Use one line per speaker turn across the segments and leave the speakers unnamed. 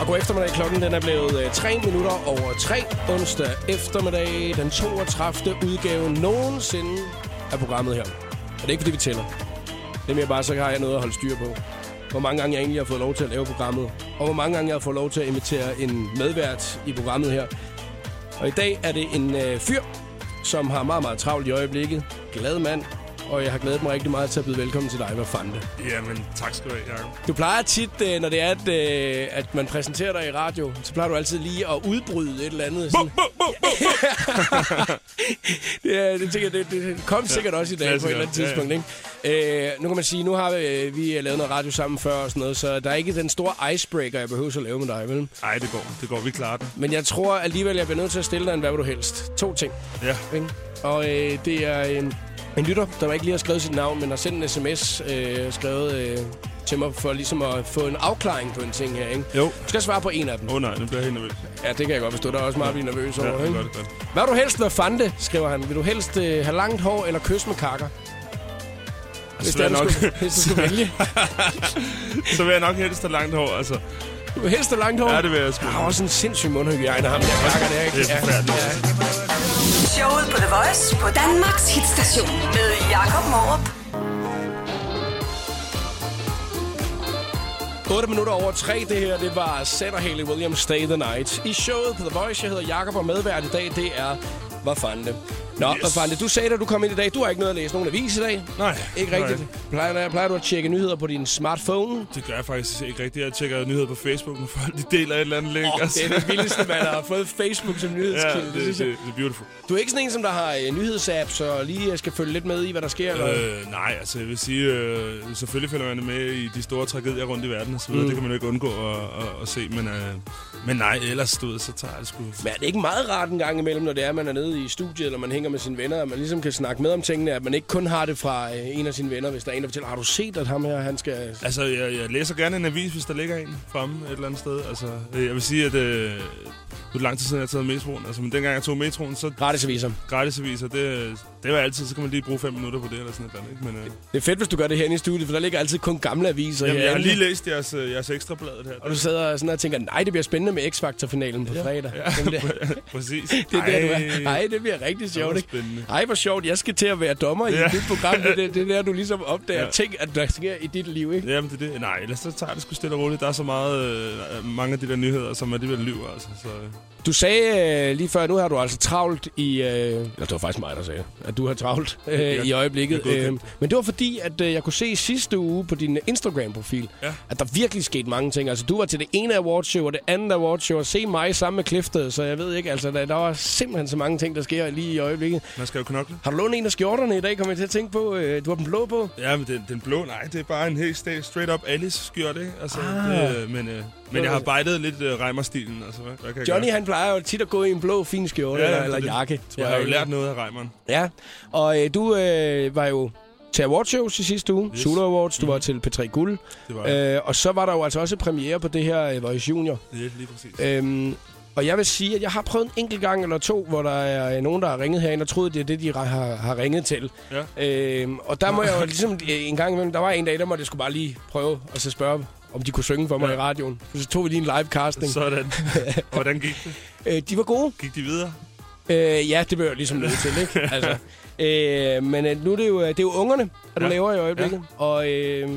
Og god eftermiddag. Klokken den er blevet 3 minutter over 3. Onsdag eftermiddag, den 32. udgave nogensinde af programmet her. Og det er ikke, fordi vi tæller. Det er mere bare, så har jeg noget at holde styr på. Hvor mange gange jeg egentlig har fået lov til at lave programmet. Og hvor mange gange jeg har fået lov til at invitere en medvært i programmet her. Og i dag er det en øh, fyr, som har meget, meget travlt i øjeblikket. Glad mand. Og jeg har glædet mig rigtig meget til at byde velkommen til dig, hvad fanden det.
Jamen, tak skal du have, Jacob.
Du plejer tit, øh, når det er, at, øh, at man præsenterer dig i radio, så plejer du altid lige at udbryde et eller andet. Sådan. det, er- det, tænker jeg, det, det kom sikkert også i dag på et
klassiker.
eller andet
Ja, ja.
tidspunkt. Ikke? Øh, nu kan man sige, nu har vi, øh, vi lavet noget radio sammen før og sådan noget, så der er ikke den store icebreaker, jeg behøver at lave med dig. Vel?
Nej, det går. Det går. Vi klarer den.
Men jeg tror alligevel, jeg bliver nødt til at stille dig en hvad vil du helst. To ting.
Ja.
Ikke? Og øh, det er en, en lytter, der ikke lige har skrevet sit navn, men har sendt en sms øh, skrevet øh, til mig for ligesom at få en afklaring på en ting her. Ikke?
Jo.
Du skal svare på en af dem.
Åh oh, nej, nu bliver jeg helt nervøs.
Ja, det kan jeg godt forstå. Der er også meget, at blive nervøs
Ja,
over.
det er
ikke?
godt, det er godt.
Hvad vil du helst være fande, skriver han. Vil du helst øh, have langt hår eller kys med kakker? Hvis det er,
Svært
du
nok.
Skulle, hvis du skulle vælge.
Så vil jeg nok helst have langt hår, altså.
Du vil helst have langt hår.
Ja, det vil jeg sgu.
Han har også en sindssyg mundhygiejne, ham der kakker der, ikke?
Det er forfærdeligt.
Showet på The Voice på Danmarks hitstation med Jakob Morup.
8 minutter over 3, det her, det var Seth og Haley Williams Stay the Night. I showet på The Voice, jeg hedder Jakob og medvært i dag, det er Hvad fanden det? Nå, yes. hvad fanden det? Du sagde, da du kom ind i dag, du har ikke noget at læse nogen avis i dag.
Nej,
Ikke
nej.
rigtigt. Plejer, plejer du at tjekke nyheder på din smartphone?
Det gør jeg faktisk ikke rigtigt. Jeg tjekker nyheder på Facebook, når folk de deler et eller andet link. altså.
Åh, det er det vildeste, man har fået Facebook som
Ja,
nyhedskilde.
det, det, det, det er beautiful.
Du er ikke sådan en, som der har øh, nyhedsapps og lige øh, skal følge lidt med i, hvad der sker? Eller?
Øh, nej, altså jeg vil sige, øh, selvfølgelig følger man med i de store tragedier rundt i verden og så videre. Mm. Det kan man jo ikke undgå at, at, at se, men, øh, men nej, ellers du ved, så tager jeg det sgu...
Men er det ikke meget rart en gang imellem, når det er, man er nede i studiet, eller man hænger med sine venner, at man ligesom kan snakke med om tingene, at man ikke kun har det fra øh, en af sine venner, hvis der er en, der fortæller, har du set, at ham her, han skal...
Altså, jeg, jeg læser gerne en avis, hvis der ligger en fremme et eller andet sted. Altså, øh, jeg vil sige, at øh, nu er det lang tid siden, jeg har taget metroen. Altså, men dengang jeg tog metroen, så
Gratisaviser.
gratisaviser, det, øh, det var altid, så kan man lige bruge fem minutter på det eller sådan et eller andet. Ikke? Men, øh,
Det er fedt, hvis du gør det herinde i studiet, for der ligger altid kun gamle aviser
jamen, jeg har
herinde.
lige læst jeres, øh, jeres ekstrabladet her.
Og du sidder sådan og tænker, nej, det bliver spændende med X-Factor-finalen på fredag. Ja. Jamen, det,
Præcis.
det er der, du
Ej.
er. Nej, det bliver rigtig sjovt,
var
ikke?
spændende.
Ej, hvor sjovt. Jeg skal til at være dommer i
Ja.
dit program. Det, det, det er der, du ligesom opdager ja.
Ja.
ting, at der sker i dit liv, ikke?
Jamen, det er det. Nej, ellers så tager jeg det sgu stille og roligt. Der er så meget, øh, mange af de der nyheder, som alligevel lyver, altså. Så, øh.
Du sagde øh, lige før, nu har du altså travlt i... Øh, eller det var faktisk mig, der sagde, at du har travlt øh,
Ja,
i øjeblikket.
jeg er
Øh,
godkendt.
men det var fordi, at øh, jeg kunne se i sidste uge på din Instagram-profil, ja.
Ja.
at der virkelig skete mange ting. Altså, du var til det ene awardshow og det andet awardshow, og se mig sammen med Clifted, så jeg ved ikke, altså, der, der var simpelthen så mange ting, der sker lige i øjeblikket.
Man skal jo knokle.
Har du lånt en af skjorterne i dag, kommer jeg til at tænke på? Øh, du har den blå på.
Ja, men den, den blå, nej, det er bare en helt sta- straight up Alice skjorte, ikke? Altså,
Ah.
ah. det, øh, men, øh, men jeg har bejdet lidt øh, Reimer-stilen, altså. Hvad, hvad kan
Johnny,
jeg
han plejer jo tit at gå i en blå, fin skjorte
Ja,
ja,
ja,
ja,
det
eller
er det.
jakke.
gøre? Jeg har jo lært noget af Reimeren.
Ja, og øh, du øh, var jo til awardshows i sidste uge, yes.
Yes. Mm-hmm.
Sula Awards, du var til P3 Guld,
Det var øh.
øh, og så var der jo altså også premiere på det her øh, Voice Junior.
lidt lige præcis. Øh.
Øhm, og jeg vil sige, at jeg har prøvet en enkelt gang eller to, hvor der er øh, nogen, der har ringet herind og troet, det er det, de ra- har, har ringet til.
Ja.
Øhm, og der må jeg jo ligesom øh, en gang imellem, der var en dag, der måtte jeg skulle bare lige prøve og så spørge, om de kunne synge for mig ja.
Ja.
i radioen. Så tog vi lige en live casting.
Sådan. Hvordan gik det?
Øh, de var gode.
Gik de videre?
Øh, ja, det bliver jeg ligesom nødt til, ikke? Altså, øh, men øh, nu er det jo, øh, det er jo ungerne, at du ja.
Ja.
laver i øjeblikket. Ja. Og øh,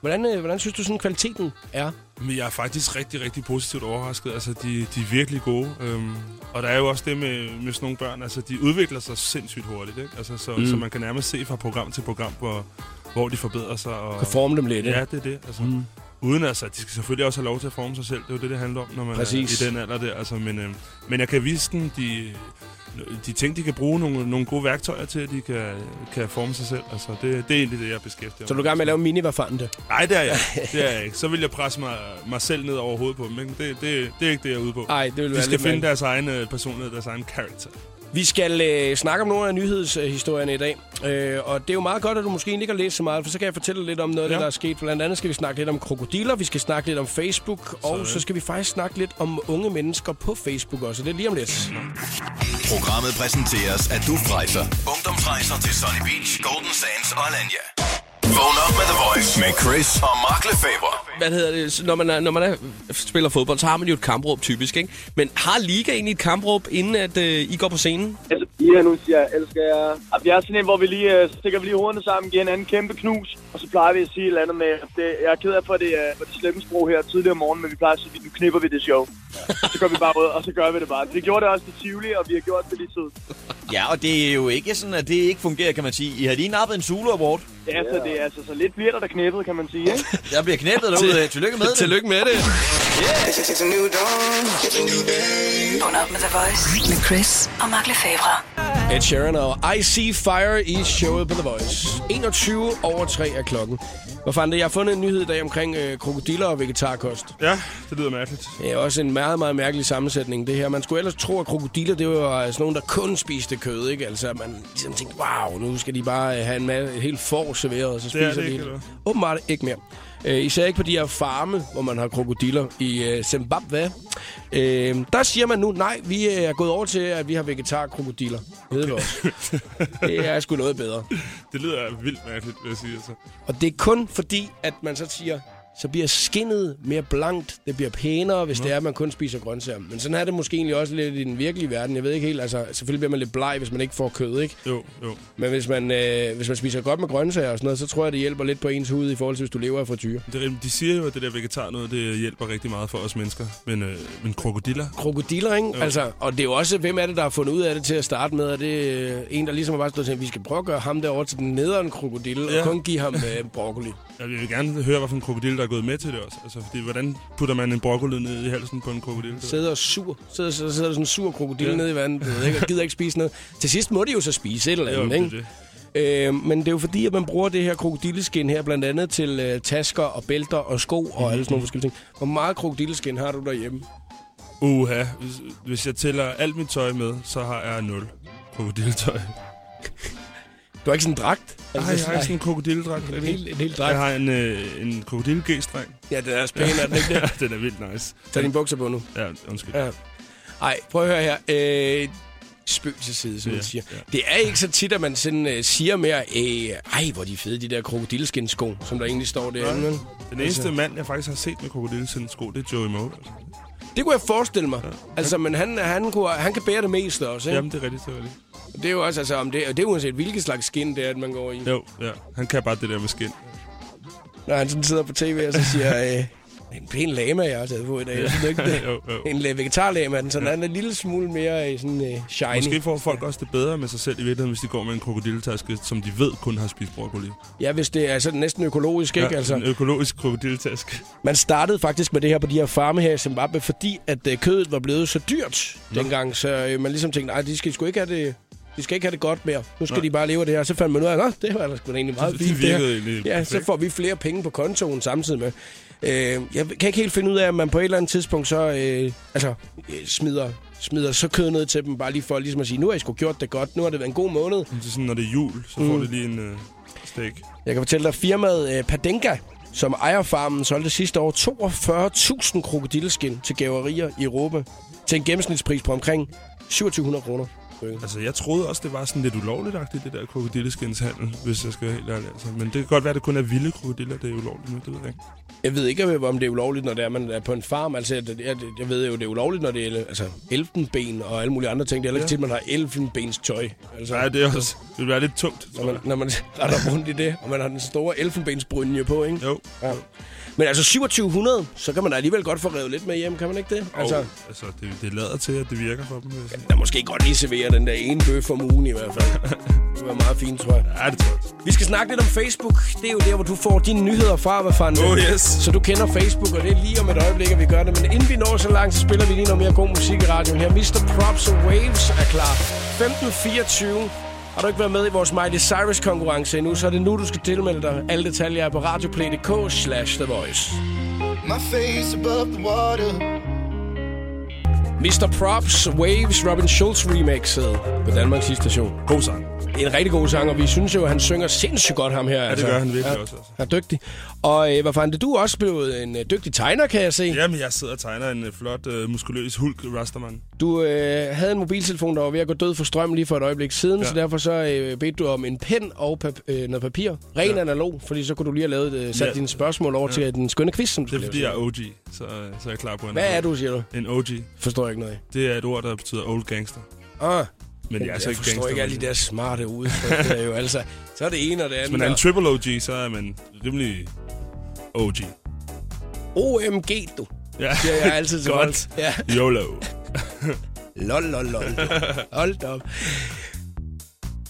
hvordan, øh, hvordan synes du, sådan kvaliteten er?
Men jeg er faktisk rigtig, rigtig positivt overrasket. Altså, de, de er virkelig gode. Øhm, og der er jo også det med, med sådan nogle børn. Altså, de udvikler sig sindssygt hurtigt, ikke? Altså, så, mm. så man kan nærmest se fra program til program, hvor, hvor de forbedrer sig. Og,
Kan forme dem lidt, ikke?
Ja, det er det. Altså, mm. Uden altså, de skal selvfølgelig også have lov til at forme sig selv. Det er jo det, det handler om, når man
Præcis.
er i den alder der. Altså, men, øh, men jeg kan vise dem, de, de ting, de kan bruge nogle, nogle gode værktøjer til, at de kan, kan forme sig selv. Altså, det, det er egentlig det, jeg beskæftiger
Så er du i gang med at lave mini det.
Nej, det er jeg. ikke. Det er jeg ikke. Så vil jeg presse mig, mig selv ned over hovedet på dem. Ikke? Det, det, det er ikke det, jeg er ude på.
Ej, det vil være
de skal
lidt
finde
mærkeligt.
deres egen øh, personlighed, deres egen karakter.
Vi skal øh, snakke om nogle af nyhedshistorierne i dag. Øh, og det er jo meget godt, at du måske egentlig ikke har læst så meget, for så kan jeg fortælle lidt om noget af det,
Ja.
der er sket. Blandt andet skal vi snakke lidt om krokodiller, vi skal snakke lidt om Facebook, og
Sådan.
så skal vi faktisk snakke lidt om unge mennesker på Facebook også. Det er lige om lidt.
Programmet præsenteres af DUF Rejser. Ungdomsrejser til Sunny Beach, Golden Sands og Alanya. Vågn op med The Voice med Chris og Mark Lefebvre.
Hvad hedder det? Når man, er, når man er, spiller fodbold, så har man jo et kampråb typisk, ikke? Men har Liga egentlig et kampråb, inden at øh, I går på scenen?
Altså, piger nu siger, jeg elsker jer. Og vi er sådan en, hvor vi lige øh, stikker vi lige hovederne sammen, giver hinanden en kæmpe knus. Og så plejer vi at sige et eller andet med, at det, jeg er ked af for det, øh, for det slemme sprog her tidligere om morgenen, men vi plejer at sige, nu knipper vi det show. Ja. Så går vi bare ud, og så gør vi det bare. Vi gjorde det også til Tivoli, og vi har gjort det lige tid.
Ja, og det er jo ikke sådan, at det ikke fungerer, kan man sige. I har lige nappet en Zulu Award.
Ja, så det er altså, så lidt bliver der, der knippet, kan man sige, ikke?
Der bliver knæppet derude. Tillykke med det.
Tillykke med det.
Vågn op med The Voice med Chris og Mark Lefebvre.
Ed Sheeran og I See Fire i showet på The Voice. 21 over 3 er klokken. Hvad fanden det? Jeg har fundet en nyhed i dag omkring øh, krokodiller og vegetarkost.
Ja, det lyder mærkeligt.
Det er også en meget, meget mærkelig sammensætning, det her. Man skulle ellers tro, at krokodiller, det var øh, sådan nogen, der kun spiste kød, ikke? Altså, at man ligesom tænkte, wow, nu skal de bare øh, have en mad, et helt får serveret, og så
Det er
spiser
det
de
ikke,
hele.
eller
Åbenbart ikke mere. Øh, især ikke på de her farme, hvor man har krokodiller i øh, Zimbabwe. Øh, der siger man nu, nej, vi øh, er gået over til, at vi har vegetarkrokodiller. Okay. det er sgu noget bedre.
Det lyder vildt mærkeligt, vil jeg sige. Altså.
Og det er kun fordi, at man så siger, så bliver skinnet mere blankt, det bliver pænere, hvis det er, at man kun spiser grøntsager. Men sådan er det måske egentlig også lidt i den virkelige verden. Jeg ved ikke helt, altså selvfølgelig bliver man lidt bleg, hvis man ikke får kød, ikke?
Jo, jo.
Men hvis man, øh, hvis man spiser godt med grøntsager og sådan noget, så tror jeg, det hjælper lidt på ens hud i forhold til, hvis du lever af frityre.
Det, er rimelig- de siger jo, at det der vegetar noget, det hjælper rigtig meget for os mennesker. Men, øh, men krokodiller?
Krokodiller, ikke? Altså, og det er jo også, hvem er det, der har fundet ud af det til at starte med? Er det øh, en, der ligesom har bare stået til, at vi skal prøve at gøre ham derovre til den nederen krokodille, ja.
Ja.
og kun give ham øh, broccoli?
Jeg vil gerne høre, hvorfor en krokodille, der er gået med til det også. Altså, fordi, hvordan putter man en broccoli ned i halsen på en krokodille? Det-
sidder og sur. Så sidder, sidder der sådan en sur krokodil ja. nede i vandet, ved ikke, og gider ikke spise noget. Til sidst må de jo så spise et eller
Jo,
andet,
det er
ikke? Øh, men det er jo fordi, at man bruger det her krokodilleskin her, blandt andet til øh, tasker og bælter og sko og alle sådan nogle forskellige ting. Hvor meget krokodilleskin har du derhjemme?
Uha, hvis, hvis jeg tæller alt mit tøj med, så har jeg 0 krokodilletøj.
Du har ikke sådan en dragt?
Nej, jeg har ikke sådan en krokodilledragt.
Altså, en hel, en hel
Jeg
dragt.
har en, øh, en krokodille-g-streng.
Ja, det er også pænt, er den ikke det?
Ja, den er vildt nice.
Tag dine bukser på nu.
Ja, undskyld.
Ja. Ej, prøv at høre her. Øh, spøg til side, som
Ja,
man siger.
ja.
Det er ikke så tit, at man sådan, øh, siger mere, øh, ej, hvor er de fede, de der krokodilleskinsko, som der egentlig står derinde. vel?
Den eneste mand, jeg faktisk har set med krokodillesindesko, det er Joey Moe. Altså.
Det kunne jeg forestille mig. Altså, men han, han, kunne, han kan bære det meste også, ikke?
Jamen, det er rigtigt, det er rigtigt.
Det er jo også, altså, om det, og det er uanset, hvilket slags skin det er, at man går i. Ja.
Jo, ja. Han kan bare det der med skin.
Når han sådan sidder på tv, og så siger, øh, en pæn lama, jeg har taget på i dag. Ja. Synes, du ikke det?
Jo, jo.
En øh, vegetarlama, den sådan ja. er en lille smule mere øh, sådan, øh, shiny.
Måske får folk også det bedre med sig selv i virkeligheden, hvis de går med en krokodilletaske, som de ved kun har spist broccoli.
Ja, hvis det er sådan næsten økologisk, ikke?
En
Altså,
økologisk krokodilletaske.
man startede faktisk med det her på de her farme her i Zimbabwe, fordi at øh, kødet var blevet så dyrt dengang, så øh, man ligesom tænkte, nej, de skal sgu ikke have det... De skal ikke have det godt mere. Nu skal Nej. de bare leve af det her. Så fandt man ud af, at det var ellers sgu da egentlig meget
Det
fint. her."
virkede egentlig
Ja, så
perfekt.
får vi flere penge på kontoen samtidig med. Øh, jeg kan ikke helt finde ud af, at man på et eller andet tidspunkt så øh, altså, øh, smider, smider så kød ned til dem, bare lige for ligesom at sige, nu har I sgu gjort det godt, nu har det været en god måned.
Det er sådan, når det er jul, så får mm. det lige en øh, steak.
Jeg kan fortælle dig, at firmaet øh, Padenka, som ejer farmen, solgte sidste år 42.000 krokodilleskin til gaverier i Europa til en gennemsnitspris på omkring 2700 kroner.
Altså, jeg troede også, det var sådan lidt ulovligt det der krokodilleskinshandel, hvis jeg skal være helt ærlig. Altså. Men det kan godt være, at det kun er vilde krokodiller, det er ulovligt nu, det ved jeg ikke.
Jeg ved ikke, om det er ulovligt, når det er, man er på en farm. Altså, jeg, jeg, jeg ved jo, det er ulovligt, når det er altså, elfenben og alle mulige andre ting. Det er heller ikke
Ja.
tit, man har elfenbens tøj. Altså,
Nej, det er også... Det vil være lidt tungt,
Når
tror
man,
jeg.
når man retter rundt i det, og man har den store elfenbensbrynje på, ikke?
Jo.
Ja. Men altså 2700, så kan man da alligevel godt få revet lidt med hjem, kan man ikke det?
Altså,
Altså,
altså det, det lader til, at det virker for dem. vil jeg sige.
der måske godt lige servere den der ene bøf om ugen i hvert fald. Det var meget fint, tror jeg.
Ja, det tror jeg.
Vi skal snakke lidt om Facebook. Det er jo der, hvor du får dine nyheder fra, hvad fanden
Oh,
det er.
yes.
Så du kender Facebook, og det er lige om et øjeblik, at vi gør det. Men inden vi når så langt, så spiller vi lige noget mere god musik i radioen her. Mr. Props og Waves er klar. 15.24. Har du ikke været med i vores Miley Cyrus-konkurrence endnu, så er det nu, du skal tilmelde dig. Alle detaljer er på radioplay.dk slash The Voice.
My face above the water.
Mr. Props, Waves, Robin Schulz remixet på Danmarks station.
God sang.
Det er en rigtig god sang, og vi synes jo, at han synger sindssygt godt, ham her.
Ja, det gør han virkelig også. Altså.
Han er dygtig. Og øh, hvad fanden, du er også blevet en øh, dygtig tegner, kan jeg se. Ja.
Jamen, jeg sidder og tegner en øh, flot, øh, muskuløs hulk Rasterman.
Du øh, havde en mobiltelefon, der var ved at gå død for strøm lige for et øjeblik siden, ja.
Ja.
så derfor så øh, bedte du om en pen og pap- øh, noget papir. Ren ja. analog, fordi så kunne du lige have lavet, øh, sat ja.
Ja.
dine spørgsmål over ja. til den skønne quiz, som du
Det er,
skulle
fordi
lave.
jeg er OG, så, øh, så er jeg klar på en
Hvad er du, siger du?
En OG,
Forstår jeg ikke noget af.
det er et ord, der betyder old gangster.
Ah,
Men jeg er så
jeg
ikke
forstår
gangster.
ikke alle
men-
de der smarte udtryk, der jo altså. Så er det ene og det andet.
Hvis man er en
og-
triple OG, så er man rimelig OG.
OMG, du.
Ja,
Siger jeg altid til
Godt.
folk. Ja.
YOLO.
Lol, lol, lol. Hold da op.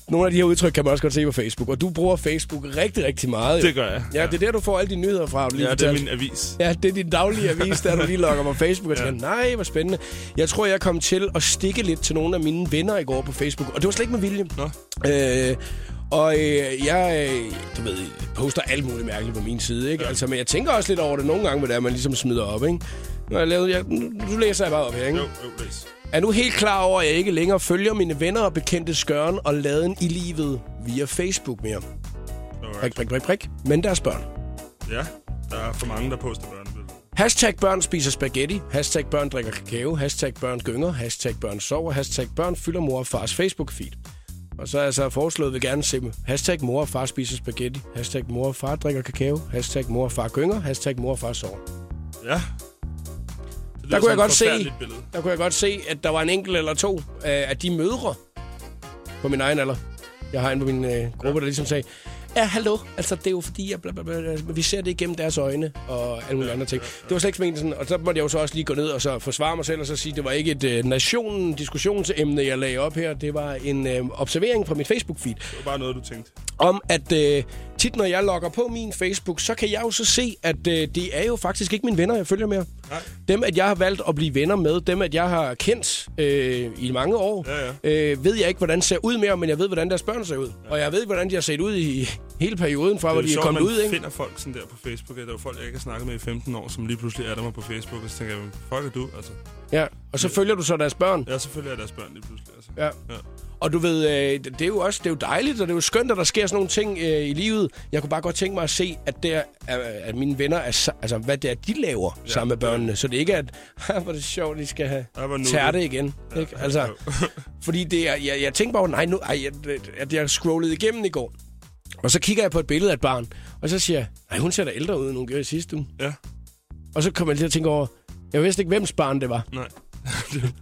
Nogle af de her udtryk kan man også godt se på Facebook, og du bruger Facebook rigtig, rigtig meget. jo.
Det gør jeg.
Ja, det er der, du får alle dine nyheder fra. har du Lige
ja, det er
fortalt.
min avis.
Ja, det er din daglige avis, der du lige logger mig på Facebook og tænker, nej, hvor spændende. Jeg tror, jeg kom til at stikke lidt til nogle af mine venner i går på Facebook, og det var slet ikke med vilje.
Nå.
Øh, og øh, jeg, øh, du ved, poster alt muligt mærkeligt på min side, ikke? Ja. Altså, men jeg tænker også lidt over det nogle gange, hvad det er, man ligesom smider op, ikke? Nu, har jeg lavet, jeg, nu nu læser jeg bare op her, ikke?
Jo, jo, læs.
Er nu helt klar over, at jeg ikke længere følger mine venner og bekendte skøren og laden i livet via Facebook mere. Prik,
Alright.
prik, prik, prik. Men deres børn.
Ja, der er for mange, der poster børnebilleder.
Hashtag børn spiser spaghetti. Hashtag børn drikker kakao. Hashtag børn gynger. Hashtag børn sover. Hashtag børn fylder mor og fars Facebook-feed. Og så er jeg så foreslået, vil gerne se dem. Hashtag mor og far spiser spaghetti. Hashtag mor og far drikker kakao. Hashtag mor og far gynger. Hashtag mor og far sover.
Ja. Det lyder
Der kunne jeg
som et
godt se,
forfærdeligt Billede.
der kunne jeg godt se, at der var en enkelt eller to øh, af de mødre på min egen alder. Jeg har en på min øh, gruppe, der ligesom sagde, ja, hallo, altså det er jo fordi, jeg bla, bla, bla, altså, vi ser det igennem deres øjne og alle mulige andre ting. Det var slet ikke meningen sådan, og så måtte jeg jo så også lige gå ned og så forsvare mig selv og så sige, det var ikke et øh, nationen-diskussionsemne, jeg lagde op her. Det var en øh, observering fra mit Facebook-feed
Det var bare noget, du tænkte.
om, at øh, tit når jeg logger på min Facebook, så kan jeg jo så se, at øh, det er jo faktisk ikke mine venner, jeg følger mere.
Nej.
Dem, at jeg har valgt at blive venner med, dem, at jeg har kendt øh, i mange år,
Ja,
Øh, ved jeg ikke, hvordan ser ud mere, men jeg ved, hvordan deres børn ser ud. Ja. Og jeg ved, hvordan de har set ud i hele perioden, fra hvor
jo
de er
sjovt,
kommet
man
ud. Ikke?
finder folk sådan der på Facebook. at Der er jo folk, jeg ikke har snakket med i 15 år, som lige pludselig er der mig på Facebook. Og så tænker jeg, "Hvem fuck er du? Altså,
Ja. Og så følger du så deres børn.
ja, selvfølgelig er deres børn lige pludselig. Altså.
Ja.
ja.
Og du ved, øh, det er jo også det er jo dejligt, og det er jo skønt, at der sker sådan nogle ting øh, i livet. Jeg kunne bare godt tænke mig at se, at, der, at, at mine venner, er, sa- altså hvad det er, de laver ja, sammen med børnene. Så det ikke er, at "Ha, hvor er det sjovt, de skal have
Ja, hvor nu
tærte
det."
igen. Ja, ikke?
ja,
Altså,
jo.
fordi det er, jeg, jeg tænkte bare, nej, nu, ej, jeg, at jeg scrollede igennem i går. Og så kigger jeg på et billede af et barn, og så siger jeg, nej, hun ser da ældre ud, end hun gjorde i sidste uge.
Ja,
Og så kommer jeg til at tænke over, jeg vidste ikke, hvems barn det var,
nej.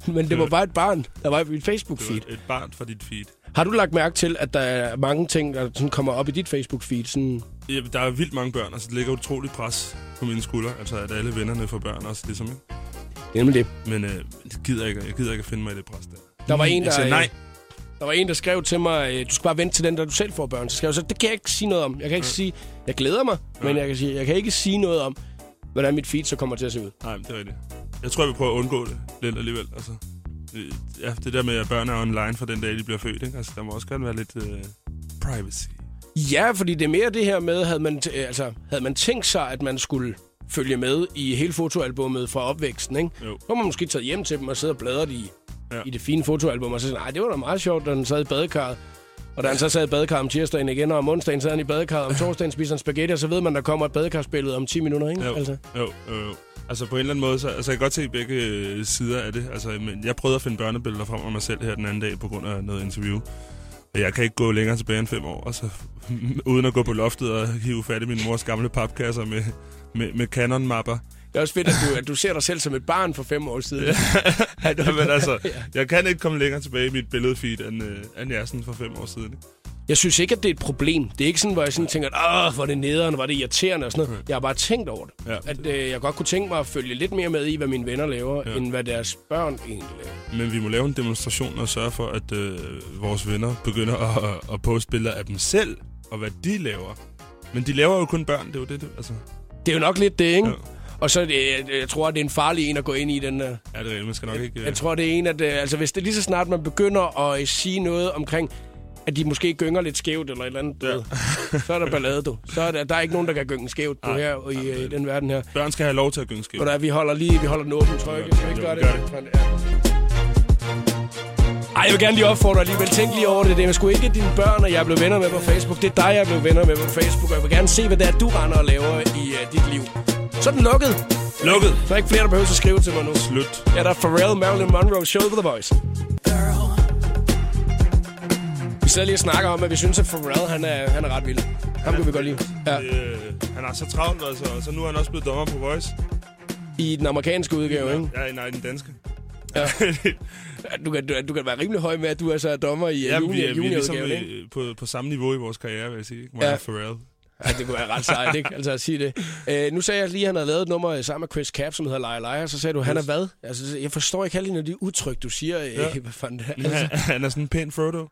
men det var bare et barn, der var i mit Facebook-feed.
Det var et barn fra dit feed.
Har du lagt mærke til, at der er mange ting, der sådan kommer op i dit Facebook-feed? Sådan,
Ja, der er vildt mange børn, altså det ligger utroligt pres på mine skuldre. Altså at alle vennerne får børn også, ligesom. Ikke?
jamen det.
Men øh, det gider jeg, ikke, jeg gider ikke at finde mig i det pres der.
Der var en, der,
Mm,
øh,
Jeg siger nej.
der, var en, der skrev til mig, øh, du skal bare vente til den, der du selv får børn. Så skrev jeg så, det kan jeg ikke sige noget om. Jeg kan
Mm.
ikke sige, jeg glæder mig, men jeg kan, sige, jeg kan ikke sige noget om, hvordan mit feed så kommer til at se ud.
Nej, men det er rigtigt. Jeg tror, jeg vil prøve at undgå det lidt alligevel. Altså, Øh, ja, det der med, at børn er online fra den dag, de bliver født. Ikke? Altså, der må også gerne være lidt øh, privacy.
Ja, fordi det er mere det her med, havde man, t- øh, altså, havde man tænkt sig, at man skulle følge med i hele fotoalbummet fra opvæksten, ikke?
Jo.
Så har man måske taget hjem til dem og sidde og bladret i, ja.
Ja.
i det fine fotoalbum, og så sådan, nej, det var da meget sjovt, da han sad i badekarret. Og da han så sad i badekarret om tirsdagen igen, og om onsdagen sad han i badekarret, om torsdagen spiser han spaghetti, og så ved man, der kommer et badekarspillede om 10 minutter, ikke?
Jo,
Altså.
altså. jo, jo, jo. Altså på en eller anden måde, så altså, jeg kan godt se begge øh, sider af det. Altså, men jeg prøvede at finde børnebilleder frem af mig selv her den anden dag på grund af noget interview. Og Jeg kan ikke gå længere tilbage end fem år, altså, uden at gå på loftet og hive fat i min mors gamle papkasser med, med, med Canon-mapper.
Det er også fedt, at du, at du ser dig selv som et barn for fem år siden. Ja.
Men altså, jeg kan ikke komme længere tilbage i mit billedfeed, end, øh, end jeg er sådan for fem år siden. Ikke?
Jeg synes ikke, at det er et problem. Det er ikke sådan, hvor jeg sådan tænker, at Åh, hvor er det nederen, hvor er det irriterende og sådan noget. Jeg har bare tænkt over det.
Mm. Ja.
At øh, jeg godt kunne tænke mig at følge lidt mere med i, hvad mine venner laver, ja. end hvad deres børn egentlig laver.
Men vi må lave en demonstration og sørge for, at øh, vores venner begynder at, at, at poste billeder af dem selv, og hvad de laver. Men de laver jo kun børn, det er jo det, det altså.
Det er jo nok lidt det, ikke? Ja.
Ja.
Og så, er det, øh, jeg tror, det er en farlig en at gå ind i den der.
Ja, det er rigtigt. Man skal nok ikke...
Jeg tror, det er en, at øh, altså, hvis det lige så snart man begynder at øh, sige noget omkring, at de måske gynger lidt skævt eller et eller andet, du
Ja.
ved, så er der ballade, du. Så er der, der er ikke nogen, der kan gynge skævt, du, her og i, øh, i den verden her.
Børn skal have lov til at gynge skævt.
Hvor der, er, vi holder lige, vi holder den åbne trykke. Skal vi ikke
Jo,
gøre
vi
det? Ja.
gør
Ej, jeg vil gerne lige opfordre alligevel. Tænk lige over det. Det er sgu ikke dine børn, og jeg blev venner med på Facebook. Det er dig, jeg blev venner med på Facebook. Og jeg vil gerne se, hvad det er, du render og laver i uh, dit liv. Så er den lukket.
Lukket.
Så er ikke flere, der behøver at skrive til mig nu.
Slut.
Ja, der er Pharrell, Marilyn Monroe, Show for The Voice. Vi sidder lige og snakker om, at vi synes, at Pharrell, han er, han er ret vild. Ham kan vi godt lide. Ja.
Øh, han har så travlt, altså, og så nu er han også blevet dommer på Voice.
I den amerikanske udgave, ikke?
Ja, nej, den danske.
Ja.
Ja.
Du kan, du, du kan være rimelig høj med, at du altså er så dommer i ja,
Ja, vi,
junior,
er, vi er ligesom
juniorudgaven, ikke?
øh, på, på samme niveau i vores karriere, vil jeg sige. Ikke?
Ja.
Ja. Pharrell.
Ja, Altså, det kunne være ret sejt, ikke? Altså at sige det. Øh, nu sagde jeg lige, at han havde lavet et nummer øh, sammen med Chris Cap, som hedder Liar Liar. Så sagde du, han er hvad? Altså, jeg forstår ikke alle de udtryk, du siger. Øh, ja.
Ja.
Hvad fanden det er?
Men
Altså,
han, han er sådan en pæn Frodo.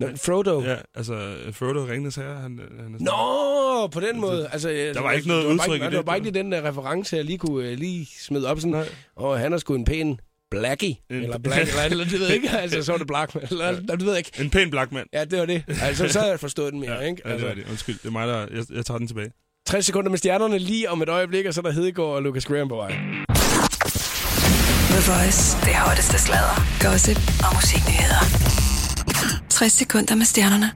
nå, men Frodo. Ja.
Ja, altså Frodo Ringnes her. Han, øh, han er sådan,
Nå, på den måde. Altså, der
var ikke noget
det var bare
udtryk
ikke,
i det.
Det var bare ikke lige den der reference, jeg lige kunne øh, lige smide op. Sådan,
Nej.
og han er sgu en pæn blackie.
En-
Eller black, eller, eller det ved jeg ikke. Altså, så var det black, men- eller, eller det ved jeg ikke.
En pæn black mand.
Ja, det var det. Altså, så havde jeg forstået den mere,
Ja,
ikke?
ja, det
Altså,
er det. Undskyld, det er mig, der... Jeg, jeg tager den tilbage.
60 sekunder med stjernerne lige om et øjeblik, og så er der Hedegaard og Lucas Graham på vej.
The Voice. Det hotteste sladder, gossip og musiknyheder. 60 sekunder med stjernerne.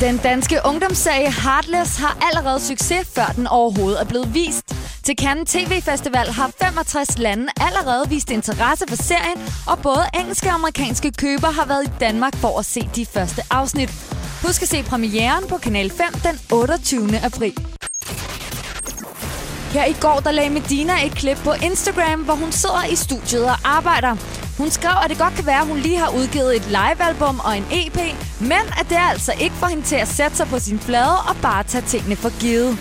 Den danske ungdomsserie Heartless har allerede succes, før den overhovedet er blevet vist. Til Cannes TV Festival har 65 lande allerede vist interesse for serien, og både engelske og amerikanske køber har været i Danmark for at se de første afsnit. Husk at se premieren på Kanal 5 den 28. april. Her i går, der lagde Medina et klip på Instagram, hvor hun sidder i studiet og arbejder. Hun skrev, at det godt kan være, at hun lige har udgivet et livealbum og en EP, men at det altså ikke får hende til at sætte sig på sin flade og bare tage tingene for givet.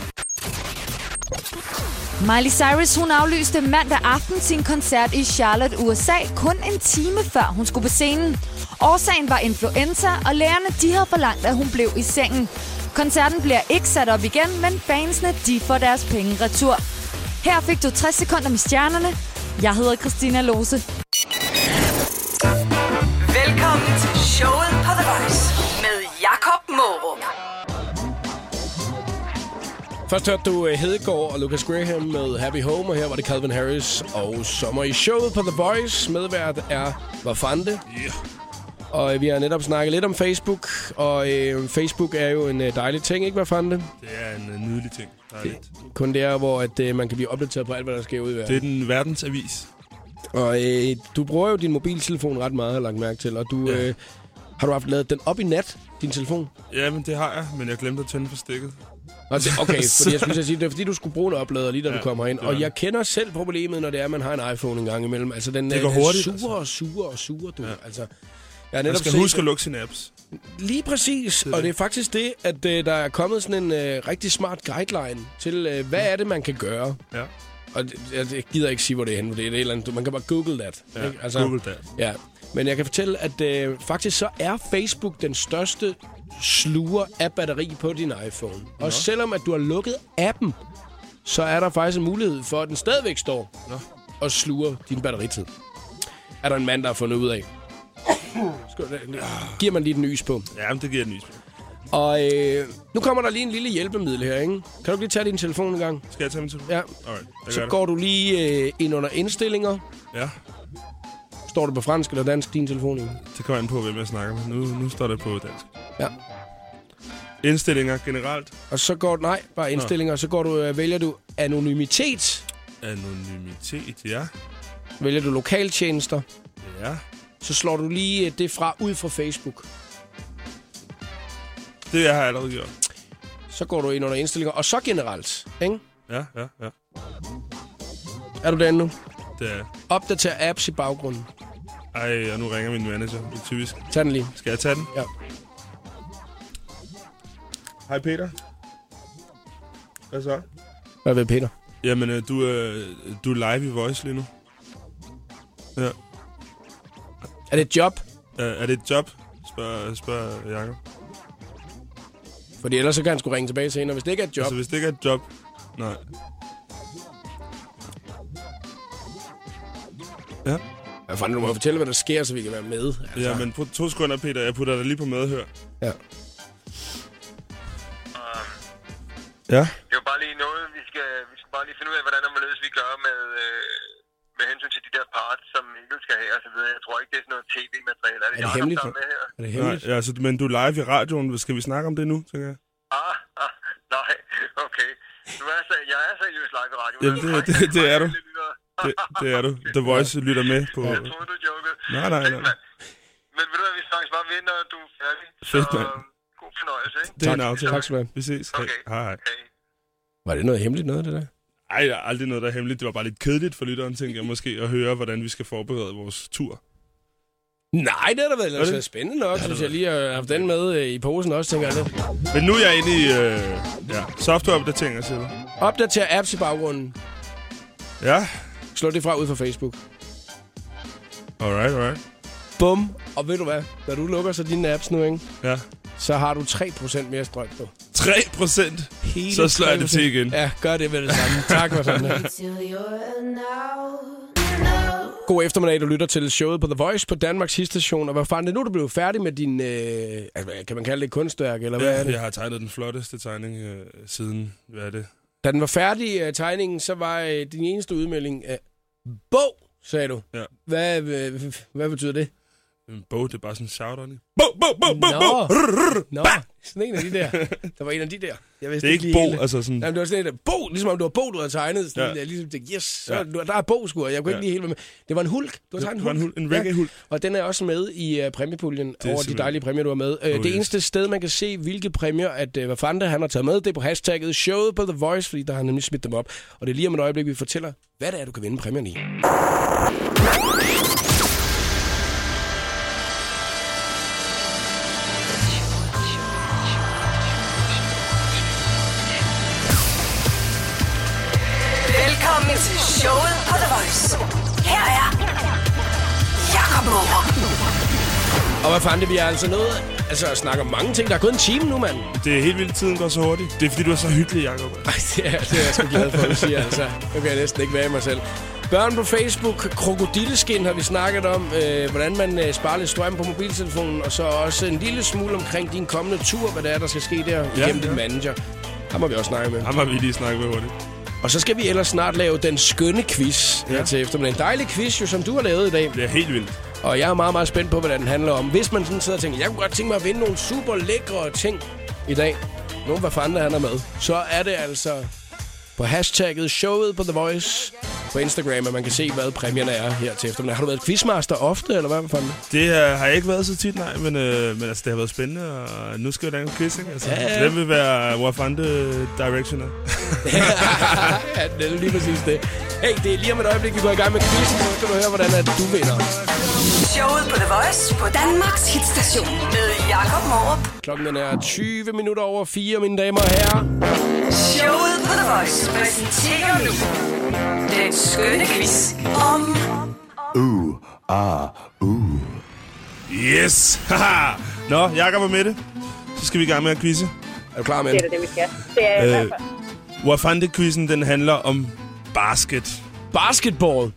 Miley Cyrus hun aflyste mandag aften sin koncert i Charlotte, USA, kun en time før hun skulle på scenen. Årsagen var influenza, og lægerne de havde forlangt, at hun blev i sengen. Koncerten bliver ikke sat op igen, men fansene de får deres penge retur. Her fik du 60 sekunder med stjernerne. Jeg hedder Christina Lose.
Velkommen til showet på The Voice med Jakob Morup.
Først hørte du øh, Hedegaard og Lucas Graham med Happy Home, og her var det Calvin Harris og Sommer i showet på The Voice. Medvært er Vafante. Yeah. Og øh, vi har netop snakket lidt om Facebook, og øh, Facebook er jo en øh, dejlig ting, ikke Vafante?
Det er en øh, nydelig ting. Der er lidt.
Kun der, hvor at, øh, man kan blive opdateret på alt, hvad der sker ud i verden.
Det er den verdensavis.
Og øh, du bruger jo din mobiltelefon ret meget, har jeg lagt mærke til, og du...
Ja.
Øh, har du haft lavet den op i nat, din telefon?
Ja, men det har jeg, men jeg glemte at tænde for stikket.
Og det, okay, fordi jeg skulle til at sige, det er fordi, du skulle bruge en oplader lige da ja,
Ja,
du kommer ind.
det var
Og
det.
jeg kender selv problemet, når det er, at man har en iPhone en gang imellem. Altså, den,
Det
øh,
går
den
hurtigt,
suger
altså.
og suger og suger, du. Ja. Altså, jeg har
Man
netop
skal
set-
huske at lukke sine apps.
Lige præcis, og det er faktisk det, at øh, der er kommet sådan en øh, rigtig smart guideline til, øh, hvad er det, man kan gøre.
Ja.
Og det, jeg, jeg gider ikke sige, hvor det er henne, for det er et eller andet. Man kan bare google that.
Ja,
ikke? Altså,
google that.
Ja. Men jeg kan fortælle, at øh, faktisk så er Facebook den største sluger af batteri på din iPhone. Og selvom at du har lukket appen, så er der faktisk en mulighed for, at den stadigvæk står
Nå.
og sluger din batteritid. Er der en mand, der har fundet ud af. Skål, det- Giver man lige den nys på.
Ja, men det giver den nys.
Og øh, nu kommer der lige en lille hjælpemiddel her, ikke? Kan du ikke lige tage din telefon en gang?
Skal jeg tage min telefon?
Ja.
Alright, jeg
Så
gør det.
går du lige øh, ind under indstillinger.
Ja,
Står det på fransk eller dansk, din telefon? ikke?
det kommer an på, hvem jeg snakker med. Nu, nu står det på dansk.
Ja.
Indstillinger generelt.
Og så går nej, bare indstillinger. Og så går du, øh, vælger du anonymitet.
Anonymitet, ja.
Vælger du lokaltjenester.
Ja.
Så slår du lige øh, det fra ud fra Facebook.
Det jeg har jeg allerede gjort.
Så går du ind under indstillinger. Og så generelt, ikke?
Ja, ja, ja.
Er du derinde nu?
Det er jeg.
Opdater apps i baggrunden.
Ej, og nu ringer min manager. Det er typisk.
Tag den lige.
Skal jeg tage den?
Ja.
Hej Peter. Hvad så?
Hvad ved Peter?
Jamen, øh, du, øh, du er live i Voice lige nu. Ja.
Er det et job?
Er, er det et job? Spørger spørg Jacob.
Fordi ellers så kan han sgu ringe tilbage senere. Hvis det ikke er et job,
Altså, hvis det ikke er et job... Nej. Ja,
Hvad fanden, du må fortælle, hvad der sker, så vi kan være med. Altså.
ja men på to sekunder, Peter. Jeg putter dig lige på medhør.
Ja.
Ja.
Det er jo bare lige noget, vi skal, vi skal bare lige finde ud af, hvordan og hvorledes vi gør med, øh, med hensyn til de der parts, som Mikkel skal have og så videre. Jeg tror ikke, det er sådan noget tv-materiale. Er det,
det
Jacob,
hemmeligt?
der er med her?
Er det
Nej,
hemmeligt?
ja, altså, men du er live i radioen. Skal vi snakke om det nu, tænker jeg?
Ah, ah, nej, okay. Du er, seri- jeg er seriøs live i radioen.
Jamen, det, det, det er du. Det, det er du. The Voice lytter med på...
Jeg troede, du jokede.
Nej, nej, nej.
Men ved du hvad, vi snakkes bare ved, når du er færdig. øh,
Fedt, mand.
God fornøjelse, ikke?
Det er en aftale.
Tak skal du have.
Vi ses. Hej, hej. hej.
Var det noget hemmeligt noget, det der?
Ej, der er aldrig noget, der er hemmeligt. Det var bare lidt kedeligt for lytteren, tænker jeg måske, at høre, hvordan vi skal forberede vores tur.
Nej, det har da været
det?
altså, spændende nok, synes jeg lige har haft den med øh, i posen også, tænker jeg lidt.
Men nu er jeg inde i øh, ja, softwareopdateringer, siger du.
Opdater apps i baggrunden.
Ja,
Slå det fra ud fra Facebook.
alright, alright.
Bum. Og ved du hvad? Når du lukker så dine apps nu, ikke?
Ja.
så har du 3% mere strøm på.
3 procent.
Hele
Så slår jeg det
3%.
til igen.
Ja, gør det med det samme. tak for fanden. God eftermiddag, du lytter til showet på The Voice på Danmarks Histation. Og hvad fanden er det nu, du blev færdig med din... Øh, altså, hvad kan man kalde det kunstværk, eller hvad er
Ja,
det?
jeg har tegnet den flotteste tegning øh, siden, hvad er det?
Da den var færdig, øh, tegningen, så var øh, din eneste udmelding... Øh, bog, sagde du.
Ja.
Hvad, øh, hvad betyder det?
En bog, det er bare sådan en shout -out. Bo, bo, bo, bo, bo.
Nå. Nå, sådan en af de der. Der var en af de der. Jeg vidste
Det er ikke
lige
bo,
helt-
altså sådan...
Jamen, det var sådan et bog, ligesom om det var bog, du havde tegnet. Sådan, ja.
Ja.
jeg ligesom tænkte, yes, så,
Ja.
ja. der er bogskur. Jeg kunne ikke
Ja.
lige helt være med. Det var en hulk. Du har tegnet en
Det var
hulk.
en hulk, en reggae-hulk.
Og den er også med i uh, præmiepuljen over
simpelthen-
de dejlige præmier, du har med. Uh,
Oh,
det
yes.
eneste sted, man kan se, hvilke præmier, at uh, hvad fanden han har taget med, det er på hashtagget showet på The Voice, fordi der har han nemlig smidt dem op. Og det er lige om et øjeblik, vi fortæller, hvad det er, du kan vinde præmierne i.
Velkommen til showet på The Voice. Her er Jakob Morup.
Og hvad fanden, det vi er altså nået altså, at snakke om mange ting. Der er gået en time nu, mand.
Det er helt vildt, tiden går så hurtigt. Det er fordi, du er så hyggelig, Jacob.
Ej, det er, det er jeg sgu glad for, at du siger, altså. Nu kan jeg næsten ikke være i mig selv. Børn på Facebook, krokodilleskin har vi snakket om, øh, hvordan man øh, sparer lidt strøm på mobiltelefonen, og så også en lille smule omkring din kommende tur, hvad der er, der skal ske der
Ja,
igennem
ja.
din manager. Ham har vi også snakket med.
Ham har vi lige snakket med hurtigt.
Og så skal vi ellers snart lave den skønne quiz ja. her
Ja.
til eftermiddag. En dejlig quiz, jo, som du har lavet i dag.
Det er helt vildt.
Og jeg er meget, meget spændt på, hvad den handler om. Hvis man sådan sidder og tænker, jeg kunne godt tænke mig at vinde nogle super lækre ting i dag. Nogle hvad fanden han er med. Så er det altså på hashtagget showet på The Voice på Instagram, at man kan se, hvad præmierne er her til eftermiddag. Har du været quizmaster ofte, eller hvad fanden?
Det øh, har jeg ikke været så tit, nej, men, øh, men altså, det har været spændende, og nu skal vi lave en quiz, ikke? Altså,
Ja, ja.
Hvem vil være Wafande Directioner?
ja, det er lige præcis det. Hey, det er lige om et øjeblik, vi går i gang med quizzen, så skal du høre, hvordan at du vinder.
Showet på The Voice på Danmarks hitstation med Jakob Morup.
Klokken den er 20 minutter over 4, mine damer og herrer.
Showet på The Voice præsenterer nu den skønne quiz om
ah,
Yes! Haha! Nå, Jakob og Mette, så skal vi i gang med at quizze.
Er du klar med
Det er da det, vi skal. Det er i hvert
Øh,
fald.
Wafande-quizzen, den handler om basket.
Basketball.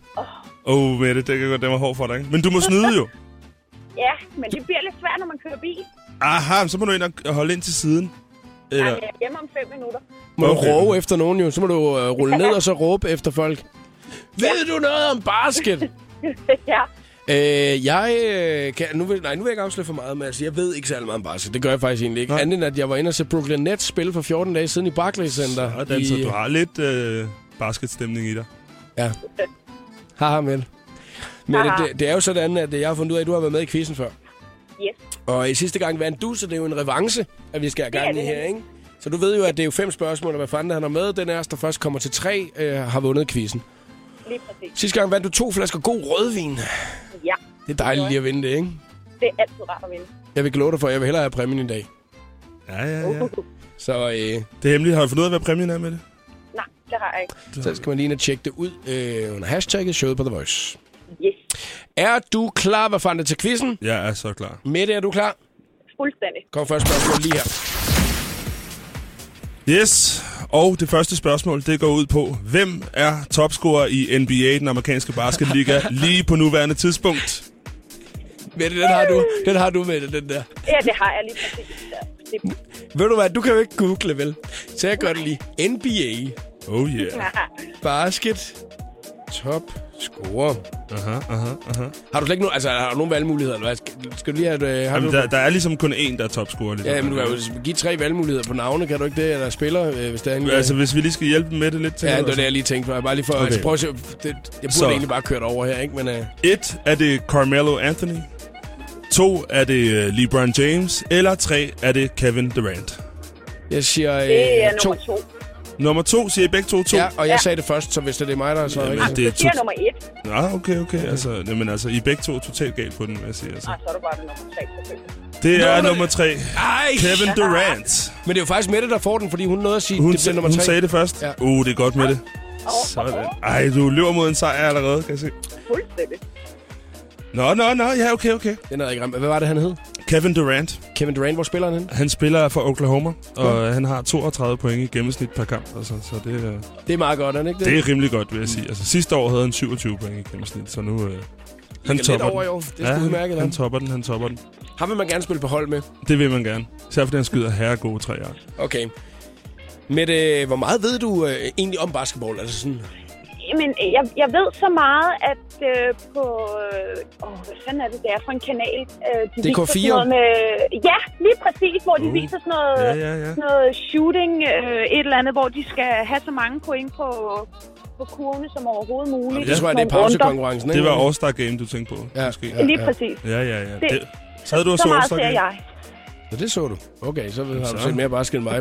Åh, oh, Mette, det kan godt, den var hård for dig, ikke? Men du må snyde jo.
Ja, men det bliver lidt svært, når man kører bil.
Aha, men så må du ind og- og holde ind til siden.
Ja.
Eller,
Jeg er hjemme om fem minutter.
Må du
Okay.
råbe efter nogen jo. Så må du øh, rulle ned og så råbe efter folk. Ved du noget om basket?
ja.
øh, jeg øh, kan... Nu vil, nej, nu vil jeg ikke afsløre for meget, men altså, jeg ved ikke særlig meget om basket. Det gør jeg faktisk egentlig ikke.
Nej.
Andet end, at jeg var inde og se Brooklyn Nets spille for 14 dage siden i Barclays Center.
Sådan,
i,
så du har lidt øh, basketstemning i dig.
Ja. Haha, men. Men
Haha.
det, det, er jo sådan, at øh, jeg har fundet ud af, at du har været med i quizzen før.
Yes.
Og i sidste gang vandt du, så det er jo en revanche, at vi skal have
Det er
gang i
det
her,
nemlig.
ikke? Så du ved jo, at det er jo fem spørgsmål, og hvad fanden han har med. Den er, der først kommer til tre, øh, har vundet quizzen.
Lige præcis.
Sidste gang vandt du to flasker god rødvin.
Ja,
Det er dejligt lige at vinde det, ikke?
det er altid rart at vinde.
Jeg vil love dig for, at jeg vil hellere have præmien i dag.
Ja, ja, ja.
Uh. Så, øh,
Det er hemmeligt. Har du fundet ud af, hvad præmien er med det?
Nej, det har jeg ikke.
så skal man lige ind og tjekke det ud øh, under hashtagget showet på The Voice.
Yes.
Er du klar, hvad fanden er til quizzen?
Jeg er så klar.
Mette, er du klar?
Fuldstændig.
Kom først spørgsmål lige her.
Yes, og det første spørgsmål, det går ud på, hvem er topscorer i NBA, den amerikanske basketliga, lige på nuværende tidspunkt?
Mette, den har du. Den har du, Mette, den der.
Ja, det har jeg lige præcis. Ja, Det,
Ved du hvad, du kan jo ikke google, vel? Så jeg gør det lige. NBA.
Oh yeah.
ja.
Basket. Top Score.
Aha, aha, aha.
Har du slet ikke nogen, altså, har du nogen valgmuligheder? Eller hvad? Skal, skal du lige have... et, Øh, har
Jamen,
du,
der, der er ligesom kun én, der er topscorer. Ligesom.
Ja, men du kan jo give tre valgmuligheder på navne, kan du ikke det? Eller spiller, øh, hvis det er en...
Altså, hvis vi lige skal hjælpe dem med det lidt,
Ja,
tænker
det
du
var det,
altså?
jeg lige tænkte på. Bare lige for, okay.
Okay.
altså, prøv at se, det, jeg burde
Så.
egentlig bare køre det over her, ikke? Men, øh,
altså. Et, er det Carmelo Anthony? To, er det øh, LeBron James? Eller tre, er det Kevin Durant?
jeg siger øh,
Det er
to.
nummer to.
Nummer to, siger I begge to to?
Ja, og jeg
Ja.
sagde det først, så hvis det er mig, der er så...
Jamen,
ikke?
det er
Du siger
to...
nummer et.
Ah, okay, okay. Altså, jamen, altså, I er begge to totalt galt på den, vil jeg sige. Altså.
Ah, så er du bare ved nummer tre, selvfølgelig.
Det er
Nå,
nummer tre.
Ej!
Kevin Durant.
Men det er jo faktisk Mette, der får den, fordi hun nåede at sige,
Hun,
det bliver nummer
hun
tre.
sagde det først.
Ja.
Ja. Uh, det er godt med det.
Åh,
Sådan. Ej, du løber mod en sejr allerede, kan jeg se.
fuldstændig.
Nå, nå, nå. Ja, okay, okay.
Den havde jeg ikke ramt. Hvad var det, han hed?
Kevin Durant.
Kevin Durant, hvor spiller han henne?
Han spiller for Oklahoma, og han har 32 point i gennemsnit per kamp. Altså, så det, øh,
Det er meget godt, er han ikke det?
det er rimelig godt, vil jeg sige. Altså, sidste år havde han 27 point i gennemsnit, så nu... Øh, han
lidt
topper
over i
den.
år. Det er
ja,
sgu udmærket,
han, han
han.
topper den, han topper den.
Ham vil man gerne spille på hold med.
Det vil man gerne. Især fordi han skyder herre gode træer.
Okay. Mette, hvor meget ved du øh, egentlig om basketball? Altså sådan,
Jamen, jeg, jeg ved så meget, at øh, på... Øh, åh, hvad fanden er det, det er for en kanal? Øh, de
DK4?
viser sådan noget med, ja, lige præcis, hvor de
Mm.
Uh.
viser sådan noget,
Ja, ja, ja.
sådan noget shooting, øh, et eller andet, hvor de skal have så mange point på, på kurvene som overhovedet muligt.
det tror jeg, det er
Nogle runder.
pausekonkurrencen, ikke?
Det var All-Star Game, du tænkte på,
Ja.
ja. måske.
Ja.
Lige præcis.
Ja, ja, ja.
Det-
Det, så havde du også
Så meget
All-Star
ser
Game.
jeg.
Så det så du. Okay, så har du
Så.
set mere basket end mig.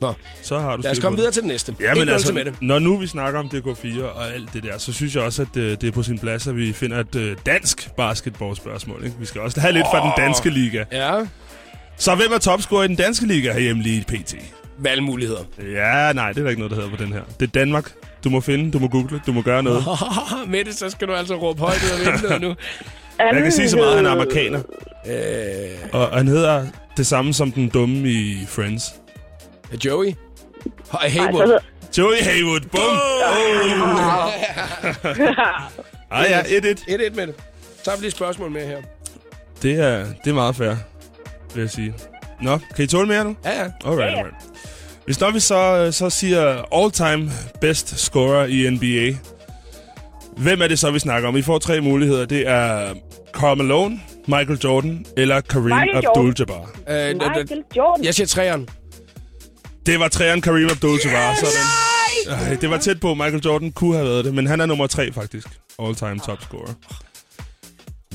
Nå,
Så har du
lad os
styr
komme
på
videre
det.
til den næste.
Ja, men
1-0
altså,
til Mette.
når nu vi snakker om DK4 og alt det der, så synes jeg også, at øh, det er på sin plads, at vi finder et øh, dansk basketballspørgsmål. Ikke? Vi skal også have lidt fra den danske liga.
Ja,
Så hvem er topscorer i den danske liga herhjemme lige i PT?
valgmuligheder.
Ja, nej, det er der ikke noget, der hedder på den her. Det er Danmark. Du må finde, du må google, du må gøre noget.
Mette, så skal du altså råbe højt ud af vinduet nu.
Jeg kan sige så meget, at han er amerikaner.
Øh,
Og han hedder det samme som den dumme i Friends.
Joey? Hej,
så
Haywood.
hedder-
Joey Haywood. Bum! Oh! Ej, Ah, ja, 1-1.
1-1, Mette. Så har vi lige et spørgsmål med her.
Det er, det er meget fair, vil jeg sige. Nå, kan I tåle mere nu?
Ja, ja.
Alright, alright. Hvis når vi så, øh, så siger all-time best scorer i NBA, hvem er det så, vi snakker om? I får tre muligheder. Det er Karl Malone, Michael Jordan eller Kareem
Michael Jordan.
Abdul-Jabbar.
Øh, d- d-
Michael Jordan.
jeg siger træeren.
Det var træeren Kareem Abdul-Jabbar. Sådan. Ej, det var tæt på. Michael Jordan kunne have været det, men han er nummer tre faktisk. All-time topscorer.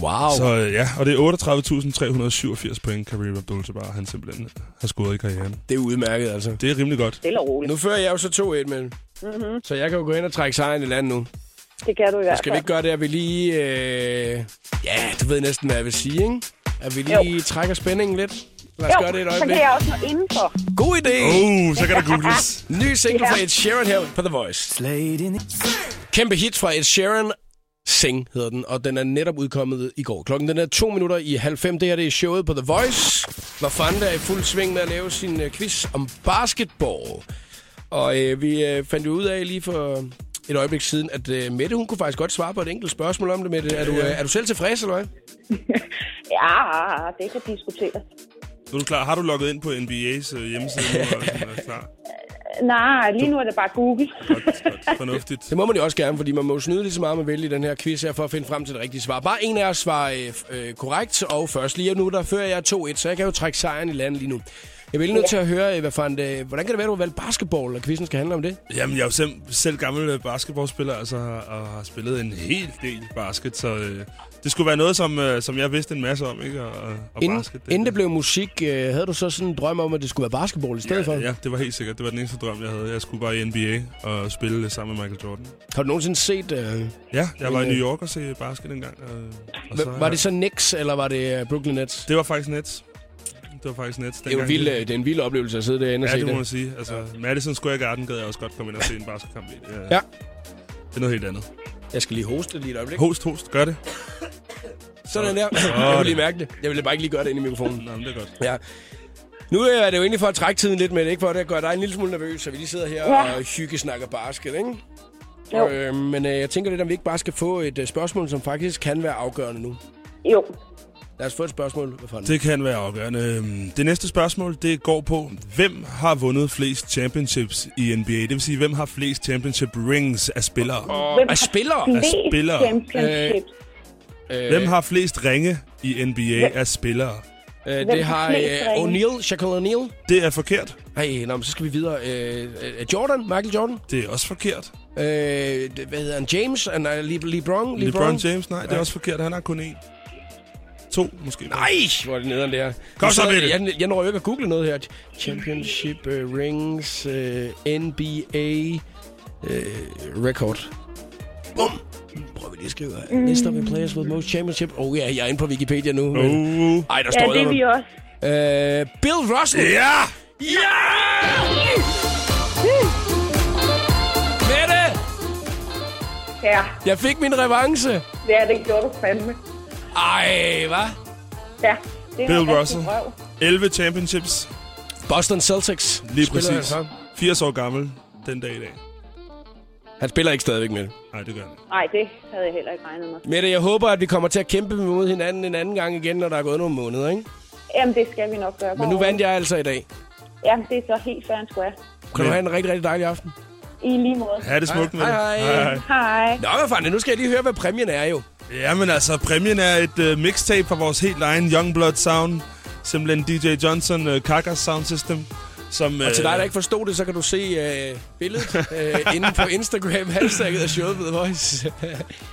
Wow.
Så øh, ja, og det er 38.387 point, Kareem Abdul-Jabbar, han simpelthen har scoret i karrieren.
Det er udmærket, altså.
Det er rimelig godt.
Stille og roligt.
Nu fører jeg jo så 2-1, men... Mm-hmm. Så jeg kan jo gå hen og trække sejren i land nu.
Det kan du i hvert fald.
Skal vi ikke gøre det, at vi lige... Øh... Ja, du ved næsten, hvad jeg vil sige, ikke? At vi lige jo. trækker spændingen lidt. Lad os
Jo,
gøre det et
så
øjeblik.
kan jeg også nå indenfor.
God idé!
Oh, så kan der googles.
Oh. Ny single fra Ed Sheeran her på The Voice. Kæmpe hit fra Ed Sheeran. Sing hedder den, og den er netop udkommet i går. Klokken den er to minutter i halv fem. Det her det er showet på The Voice. Hvor fanden der er i fuld sving med at lave sin øh, quiz om basketball. Og øh, vi øh, fandt jo ud af lige for et øjeblik siden, at øh, Mette, hun kunne faktisk godt svare på et enkelt spørgsmål om det, Mette. Er du, øh, er du selv tilfreds, eller hvad?
Ja, det kan diskuteres.
Nu er du klar. Har du logget ind på NBA's øh, hjemmeside nu? Og sådan, er klar?
Nej, lige nu er det bare Google.
Godt, godt. Fornuftigt.
Det må man jo også gerne, fordi man må jo snyde lige så meget, man vil i den her quiz her, for at finde frem til det rigtige svar. Bare en af os svarer øh, f- øh, korrekt, og først lige nu, der fører jeg 2-1, så jeg kan jo trække sejren i land lige nu. Jeg vil nødt til at høre, øh, hvad fanden, øh, hvordan kan det være, du har valgt basketball, og quizzen skal handle om det?
Jamen, jeg er jo selv, selv gammel øh, basketballspiller, altså, og har spillet en hel del basket, så øh, det skulle være noget, som, øh, som jeg vidste en masse om, ikke? Og, og
Inden,
basket,
inden det blev musik, øh, havde du så sådan en drøm om, at det skulle være basketball i stedet for?
Ja, det var helt sikkert. Det var den eneste drøm, jeg havde. Jeg skulle bare i NBA og spille øh, sammen med Michael Jordan.
Har du nogensinde set, øh,
Ja, jeg var i
Men, øh,
New York og se basket engang. Og, og
hva- var det så Knicks, eller var det øh, Brooklyn Nets? Det,
Det var faktisk Nets. Det var faktisk Nets.
det, er jo
dengang.
vild, øh, det er en vild oplevelse at sidde derinde og
Ja,
se
det må man
det.
sige. Altså, Madison Square Garden gad jeg også godt komme ind og se en basketkamp i. Ja.
Ja.
Det er noget helt andet.
Jeg skal lige hoste lige et øjeblik.
Host, host, gør det.
Sådan der. Jeg vil lige mærke det. Jeg ville bare ikke lige gøre det inde i mikrofonen.
Nå, men det er godt.
Ja. Nu øh, er det jo egentlig for at trække tiden lidt, men ikke for at gøre dig en lille smule nervøs, så vi lige sidder her ja.
Ja.
og hyggesnakker basket, ikke?
Jo.
Øh, men øh, jeg tænker lidt, om vi ikke bare skal få et øh, spørgsmål, som faktisk kan være afgørende nu.
Jo,
Lad os få et spørgsmål. Hvad fanden?
Det kan være afgørende. Øhm, Det næste spørgsmål, det går på, hvem har vundet flest championships i NBA? Det vil sige, hvem har flest championship rings af spillere?
Hvem Af har spillere? flest
Af spillere.
championships?
Øh, Hvem har flest ringe i NBA af spillere?
Øh, det har øh, O'Neal, Shaquille O'Neal.
Det er forkert.
Ej, nå, men så skal vi videre. Øh, øh, Jordan, Michael Jordan.
Det er også forkert.
Øh, det- hvad hedder han? James? Han er Le- LeBron?
LeBron James, nej, det er også forkert. Han har kun én. To, måske.
Nej, hvor er det nederen, det her.
Kom så, Mette.
jeg, jeg når jo ikke at google noget her. Championship uh, rings, uh, NBA uh, record. Bum! Nu Prøver vi lige at skrive her.
Mm.
List of the players with most championship. Oh ja, jeg er inde på Wikipedia nu. Men...
Uh.
Oh. Ej, der
ja,
står
det er vi
jeg.
også.
Øh, Bill Russell!
Ja!
Ja! Mette!
Ja,
Jeg fik min revanche!
ja det gjorde du fandme.
Ej, hvad?
Ja, det er
Bill
rigtig
Russell.
Røv.
11 championships.
Boston Celtics.
Lige
Spiller altså-
præcis.
han
80 år gammel den dag i dag.
Han spiller ikke stadigvæk med det.
Nej, det gør han ikke.
Nej, det havde jeg heller ikke regnet med.
Mette, jeg håber, at vi kommer til at kæmpe mod hinanden en anden gang igen, når der er gået nogle måneder, ikke?
Jamen, det skal vi nok gøre.
Men nu vandt jeg altså i dag.
Jamen, det er så helt fair and square.
Kan du have en rigtig, rigtig dejlig aften?
I lige måde.
Ha' det smukt, med
Hej, hej.
hej.
Hej.
Nå, hvad fanden, nu skal jeg lige høre, hvad præmien er jo.
Jamen altså, præmien er et øh, mixtape fra vores helt egen Youngblood Sound. Simpelthen DJ Johnson øh, Kakas Sound System. Som, øh,
Og til dig, der ikke forstod det, så kan du se øh, billedet øh, inde på Instagram, hashtagget af showet ved Voice.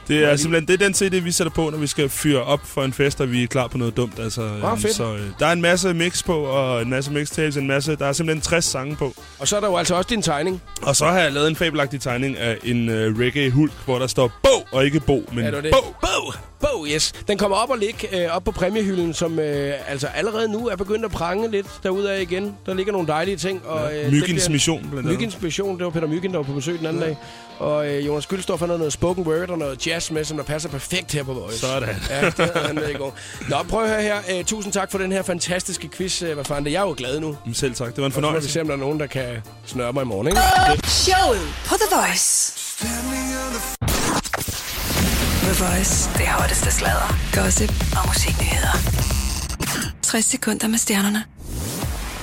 Det er simpelthen det er den CD, vi sætter på, når vi skal fyre op for en fest, og vi er klar på noget dumt. Altså, øhm,
fedt.
Så øh, der er en masse mix på, og en masse mixtapes, en masse... Der er simpelthen 60 sange på.
og så er der jo altså også din tegning.
Og så har jeg lavet en fabelagtig tegning af en øh, reggae-hulk, hvor der står Bo, og ikke Bo, men
Er du det?
Bo.
Bog! Bog, yes. Den kommer op og ligge øh, op på præmiehylden, som øh, altså allerede nu er begyndt at prange lidt derude af igen. Der ligger nogle dejlige ting. Og, øh, den
Myggens Mission, blandt andet.
Myggens Mission, det var Peter Myggen, der var på besøg den anden dag. Og øh, Jonas Gyldstorff, han havde noget spoken word og noget jazz med, som der passer perfekt her på Voice.
Sådan.
Ja, det havde han med i går. Nå, prøv at høre her. Øh, tusind tak for den her fantastiske quiz. Øh, Hvad fanden, det er jeg er jo glad nu.
Jamen, Selv tak, det var
Og
en
så må vi
fornøjelse.
se, om der er nogen, der kan snøre mig i morgen, ikke?
Showet på The Voice. The Voice. Det hotteste sladder, gossip og musiknyheder.
60 sekunder med stjernerne.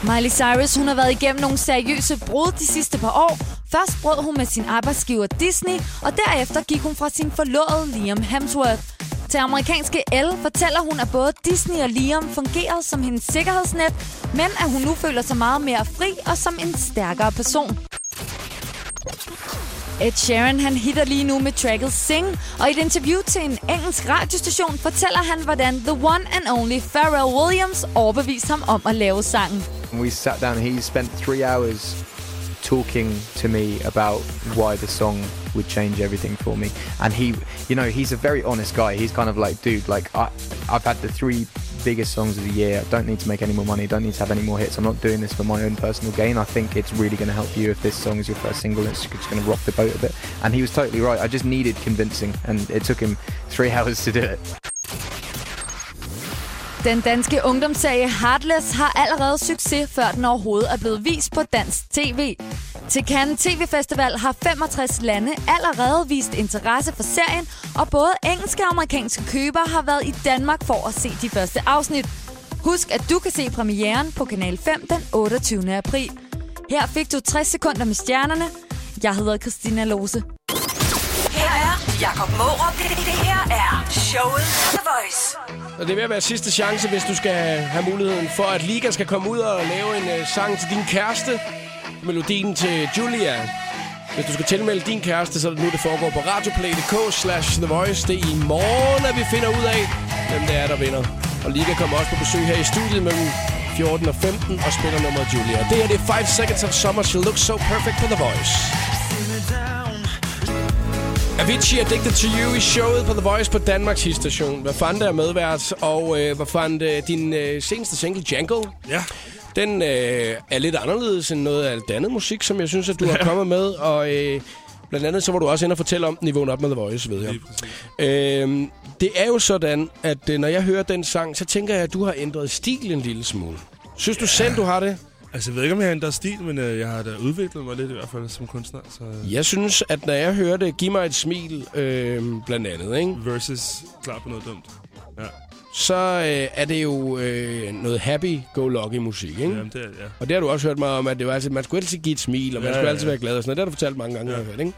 Miley Cyrus, hun har været igennem nogle seriøse brud de sidste par år. Først brød hun med sin arbejdsgiver Disney, og derefter gik hun fra sin forlovede Liam Hemsworth. Til amerikanske L fortæller hun, at både Disney og Liam fungerer som hendes sikkerhedsnet, men at hun nu føler sig meget mere fri og som en stærkere person. Ed Sheeran han hitter lige nu med tracket Sing, og i et interview til en engelsk radiostation fortæller han, hvordan the one and only Pharrell Williams overbeviste ham om at lave sangen.
And we sat down. He spent three hours talking to me about why the song would change everything for me. And he, you know, he's a very honest guy. He's kind of like, dude, like I, I've had the three biggest songs of the year. I don't need to make any more money. I don't need to have any more hits. I'm not doing this for my own personal gain. I think it's really going to help you if this song is your first single. It's just going to rock the boat a bit. And he was totally right. I just needed convincing, and it took him three hours to do it.
Den danske ungdomsserie Heartless har allerede succes, før den overhovedet er blevet vist på dansk tv. Til Cannes TV Festival har 65 lande allerede vist interesse for serien, og både engelske og amerikanske købere har været i Danmark for at se de første afsnit. Husk, at du kan se premieren på Kanal 5 den 28. april. Her fik du 60 sekunder med stjernerne. Jeg hedder Christina Lose.
Her er Jakob Morup. Det, det her er showet på The Voice.
Og det er ved at være sidste chance, hvis du skal have muligheden for, at Liga skal komme ud og lave en øh, sang til din kæreste. Melodien til Julia. Hvis du skal tilmelde din kæreste, så er det nu, det foregår på radioplay.dk slash The Voice. Det er i morgen, at vi finder ud af, hvem det er, der vinder. Og Liga kommer også på besøg her i studiet mellem 14 og 15 og spiller nummeret Julia. Det her det er 5 Seconds of Summer. She looks so perfect for The Voice. Avicii er digtet til you i showet på The Voice på Danmarks station. Hvad fanden er medvært, og øh, hvad fanden øh, din øh, seneste single, Django?
Ja.
Den øh, er lidt anderledes end noget af alt andet musik, som jeg synes, at du har kommet med, og øh, blandt andet så var du også inde og fortælle om niveauen op med The Voice, ved jeg. Øhm, det er jo sådan, at øh, når jeg hører den sang, så tænker jeg, at du har ændret stil en lille smule. Synes du selv, du har det?
Altså, jeg ved ikke, om jeg har ændret stil, men øh, jeg har da udviklet mig lidt i hvert fald som kunstner. Så, øh,
Jeg synes, at når jeg hører det, giv mig et smil, øh, blandt øhm, andet, ikke? Mm.
Versus klar på noget dumt. Ja.
så øh, er det jo øh, noget happy-go-lucky-musik, ikke?
Jamen, det er det, ja.
Og det har du også hørt mig om, at det var altid, man skulle altid give et smil, og man
Ja,
skulle
ja,
altid
ja.
være glad og sådan noget. Det har du fortalt mange gange, ja. jeg har hørt, ikke?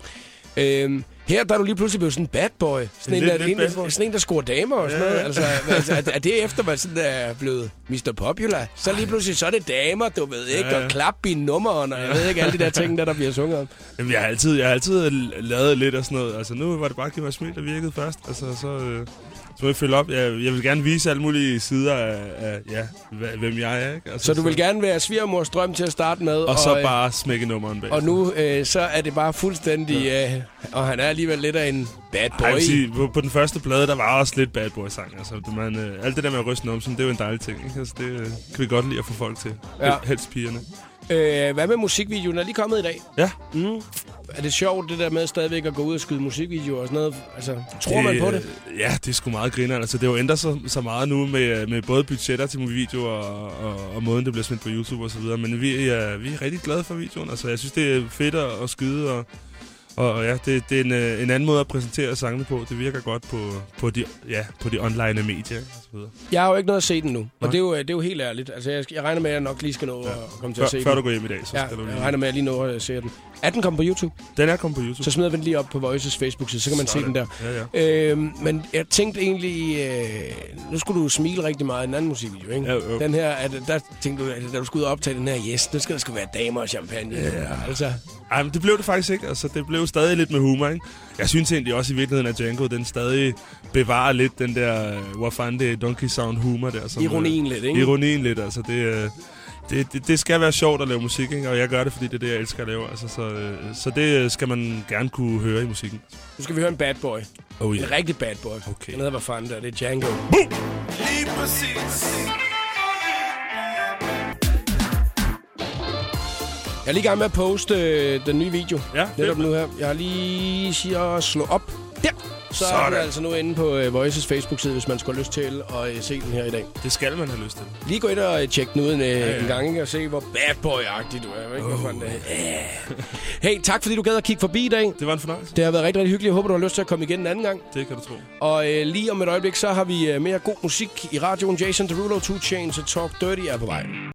Øhm, her der er du lige pludselig blevet sådan en bad boy. Sådan, en,
Lidt-
der,
lidt
en,
bad boy.
sådan en, der scorer damer og sådan
Ja,
noget.
ja.
Altså, altså, er, er det efter, man sådan er blevet Mr. Popular? Så lige pludselig, så er det damer, du ved ikke,
Ja,
ja.
ja.
og klap i nummeren, og jeg ved ikke, alle de der ting, der, der bliver sunget om.
Jamen, jeg har altid, jeg har altid l- lavet lidt og sådan noget. Altså, nu var det bare at give mig smil, der virkede først. Altså, så... Øh, så må jeg følge op. Jeg, jeg vil gerne vise alle mulige sider af, af ja, hva- hvem jeg er. Ikke? Altså,
Så du vil gerne være svigermors drøm til at starte med.
Og, så
øh,
bare smække nummeren bag.
Og nu, øh, så er det bare fuldstændig... Øh, og han er alligevel lidt af en bad boy.
Ej, jeg vil sige, på, på den første plade, der var også lidt bad boy sang. Altså, det- man, øh, alt det der med at ryste numsen, det er jo en dejlig ting. Ikke? Altså, det øh, kan vi godt lide at få folk til.
Ja.
Ja. Helst pigerne.
Øh, hvad med musikvideoen? Den er lige kommet i dag.
Ja.
Mm. Er det sjovt, det der med stadigvæk at gå ud og skyde musikvideoer og sådan noget? Altså, tror man på det?
øh, Ja, det er sgu meget griner. Altså, det har jo ændret sig så meget nu med, med både budgetter til videoer og, og, og måden, det bliver smidt på YouTube og så videre. Men vi er, vi er rigtig glade for videoen. Altså, jeg synes, det er fedt at, at skyde, og, og, og ja, det, det er en, øh, en anden måde at præsentere sangene på. Det virker godt på, på, de, ja, på de online medier og så videre.
Jeg har jo ikke noget at se den nu, og
Nej.
det er, jo, det er jo helt ærligt. Altså, jeg, jeg regner med, at jeg nok lige skal nå ja. at komme til
Før-
at se
før
den.
du går hjem i dag, så
ja,
skal du
lige...
lige-
jeg regner med, at jeg lige når at se den. Er den kommet på YouTube?
Den er kommet på YouTube.
Så smider vi den lige op på Voices Facebook-side, så kan man se den der.
Sådan. Ja, ja.
Øhm, men jeg tænkte egentlig, øh, nu skulle du smile rigtig meget i en anden musikvideo, ikke?
Jo, jo.
Den her, at, der tænkte du, at da du skulle ud og optage den her, yes, nu skal der sgu være damer og champagne. Ja. Altså,
Ej, men det blev det faktisk ikke. Altså, det blev stadig lidt med humor, ikke? Jeg synes egentlig også i virkeligheden, at Django, den stadig bevarer lidt den der, øh, hvor fanden det er, donkey sound humor der. Som,
Ironien
øh,
lidt, ikke?
Ironien lidt, altså. Det, øh, det, det, det, skal være sjovt at lave musik, ikke? Og jeg gør det, fordi det er det, jeg elsker at lave. Altså, så, øh, så det øh, skal man gerne kunne høre i musikken.
nu skal vi høre en bad boy.
Oh, ja.
En rigtig bad boy. Okay. Den hedder, hvad fanden der, det er Django.
Lige præcis.
Jeg er lige i gang med at poste øh, den nye video.
Ja,
Netop nu her. Jeg har lige siger at slå op. Der! Så er du
Sådan.
altså nu inde på øh, Voices Facebook-side, hvis man skulle have lyst til at øh, se den her i dag.
Det skal man have lyst til.
Lige gå ind og øh, tjek den ud en, øh, ja,
ja.
ja. en gang, ikke? og se, hvor bad boy-agtig du er. Ikke? Oh, det er. Hey, tak fordi du gad at kigge forbi i dag.
Det var en fornøjelse.
Det har været rigtig, rigtig hyggeligt. Jeg håber, du har lyst til at komme igen en anden gang.
Det kan du tro.
Og øh, lige om et øjeblik, så har vi øh, mere god musik i radioen. Jason Derulo, 2 Chainz og Talk Dirty er på vej.